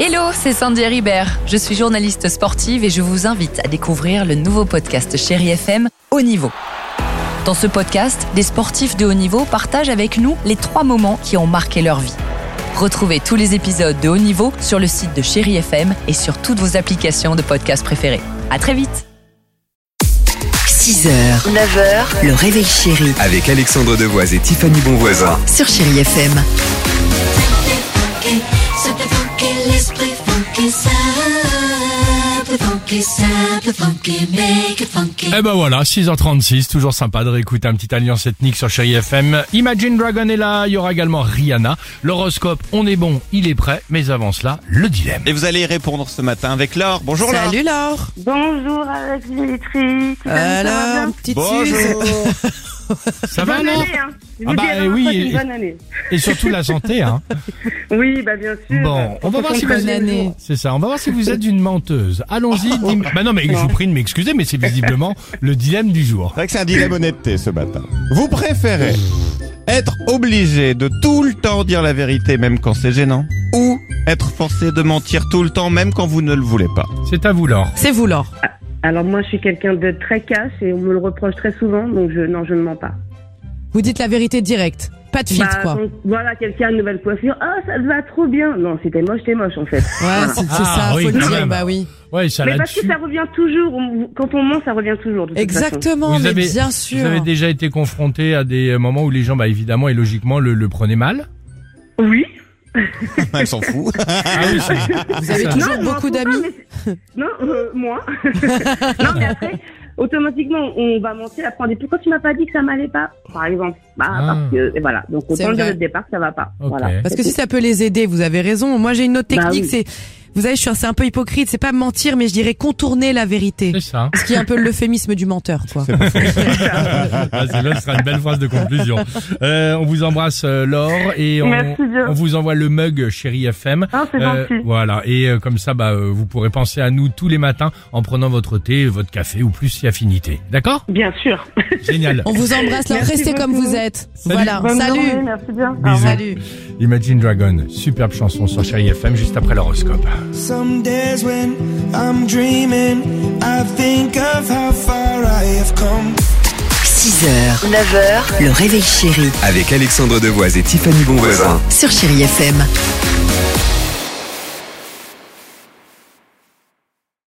Hello, c'est Sandy Ribert. Je suis journaliste sportive et je vous invite à découvrir le nouveau podcast Chéri FM Haut Niveau. Dans ce podcast, des sportifs de haut niveau partagent avec nous les trois moments qui ont marqué leur vie. Retrouvez tous les épisodes de Haut Niveau sur le site de Chéri FM et sur toutes vos applications de podcast préférées. À très vite. 6h, 9h, le réveil chéri avec Alexandre Devoise et Tiffany Bonvoisin. sur Chéri FM. funky, simply funky, let's play funky sound. Play funky sound, play funky, make it funky. Eh ben voilà, 6h36, toujours sympa de réécouter un petit Alliance ethnique sur Chéri FM. Imagine Dragon est là, il y aura également Rihanna. L'horoscope, on est bon, il est prêt, mais avant cela, le dilemme. Et vous allez y répondre ce matin avec Laure. Bonjour Laure. Salut Laure Bonjour avec Dimitri. Tu vas Alors, petite Suze Bonjour. Ça va Bonne alors année, hein. Je Ah vous bah, dis à la oui, fois, c'est et- une bonne année. Et surtout la santé, hein. Oui, bah bien sûr. Bon, on va voir si vous Bonne année C'est ça, on va voir si vous êtes une menteuse. Allons-y. dim- Bah non, mais je vous prie de m'excuser, mais c'est visiblement le dilemme du jour. C'est vrai que c'est un dilemme honnêteté ce matin. Vous préférez être obligé de tout le temps dire la vérité même quand c'est gênant ou être forcé de mentir tout le temps même quand vous ne le voulez pas C'est à vous, Laure. C'est vous Laure Alors moi, je suis quelqu'un de très cash et on me le reproche très souvent, donc je non, je ne mens pas. Vous dites la vérité directe, pas de filtre Bah, quoi. quand- voilà, quelqu'un a une nouvelle coiffure. Ah, ça te va trop bien. Non, c'était moche, t'es moche en fait. Ouais, c'est c'est Ah, ça, oui, faut le quand dire, même. bah oui. Ouais, ça Mais parce que là-dessus. ça revient toujours. on- Quand on ment, ça revient toujours. de toute façon. Exactement, Vous mais avez, bien vous sûr. avez déjà été confronté à des moments où les gens, bah évidemment et logiquement, le, le prenaient mal. Oui. Elle s'en fout. Ah oui, c'est- Vous avez Ça. toujours je m'en beaucoup fous pas, d'amis. mais c'est- Non, euh, moi. non, mais après, automatiquement, on va mentir, après on dit pourquoi tu m'as pas dit que ça m'allait pas, par exemple. Bah, Ah. parce que, et voilà. Donc, C'est autant le dire vrai. dès le départ que ça va pas. Ok. Voilà. Parce que si ça peut les aider, vous avez raison. Moi j'ai une autre Bah technique, oui. c'est... Vous savez, je suis assez un peu hypocrite, c'est pas mentir, mais je dirais contourner la vérité. c'est ça. Ce qui est un peu l'euphémisme du menteur, quoi. Ah, c'est là, ce sera une belle phrase de conclusion. Euh, on vous embrasse, euh, Laure, et on, Merci bien. on vous envoie le mug Chéri FM. Ah, c'est Euh, gentil. voilà, et euh, comme ça, bah, euh, vous pourrez penser à nous tous les matins en prenant votre thé, votre café ou plus si affinité. D'accord Bien sûr. Génial. On vous embrasse, Laure, Merci restez comme beaucoup. vous êtes. Salut. Voilà, Bonne Ah, salut journée, merci bien. Au Bisous. revoir. Salut Imagine Dragon, superbe chanson sur Chéri FM juste après l'horoscope. Some days when I'm dreaming, I think of how far I have come. 6h, 9h, le réveil chéri Avec Alexandre Devoise et Tiffany Bonvoisin. sur Chéri FM.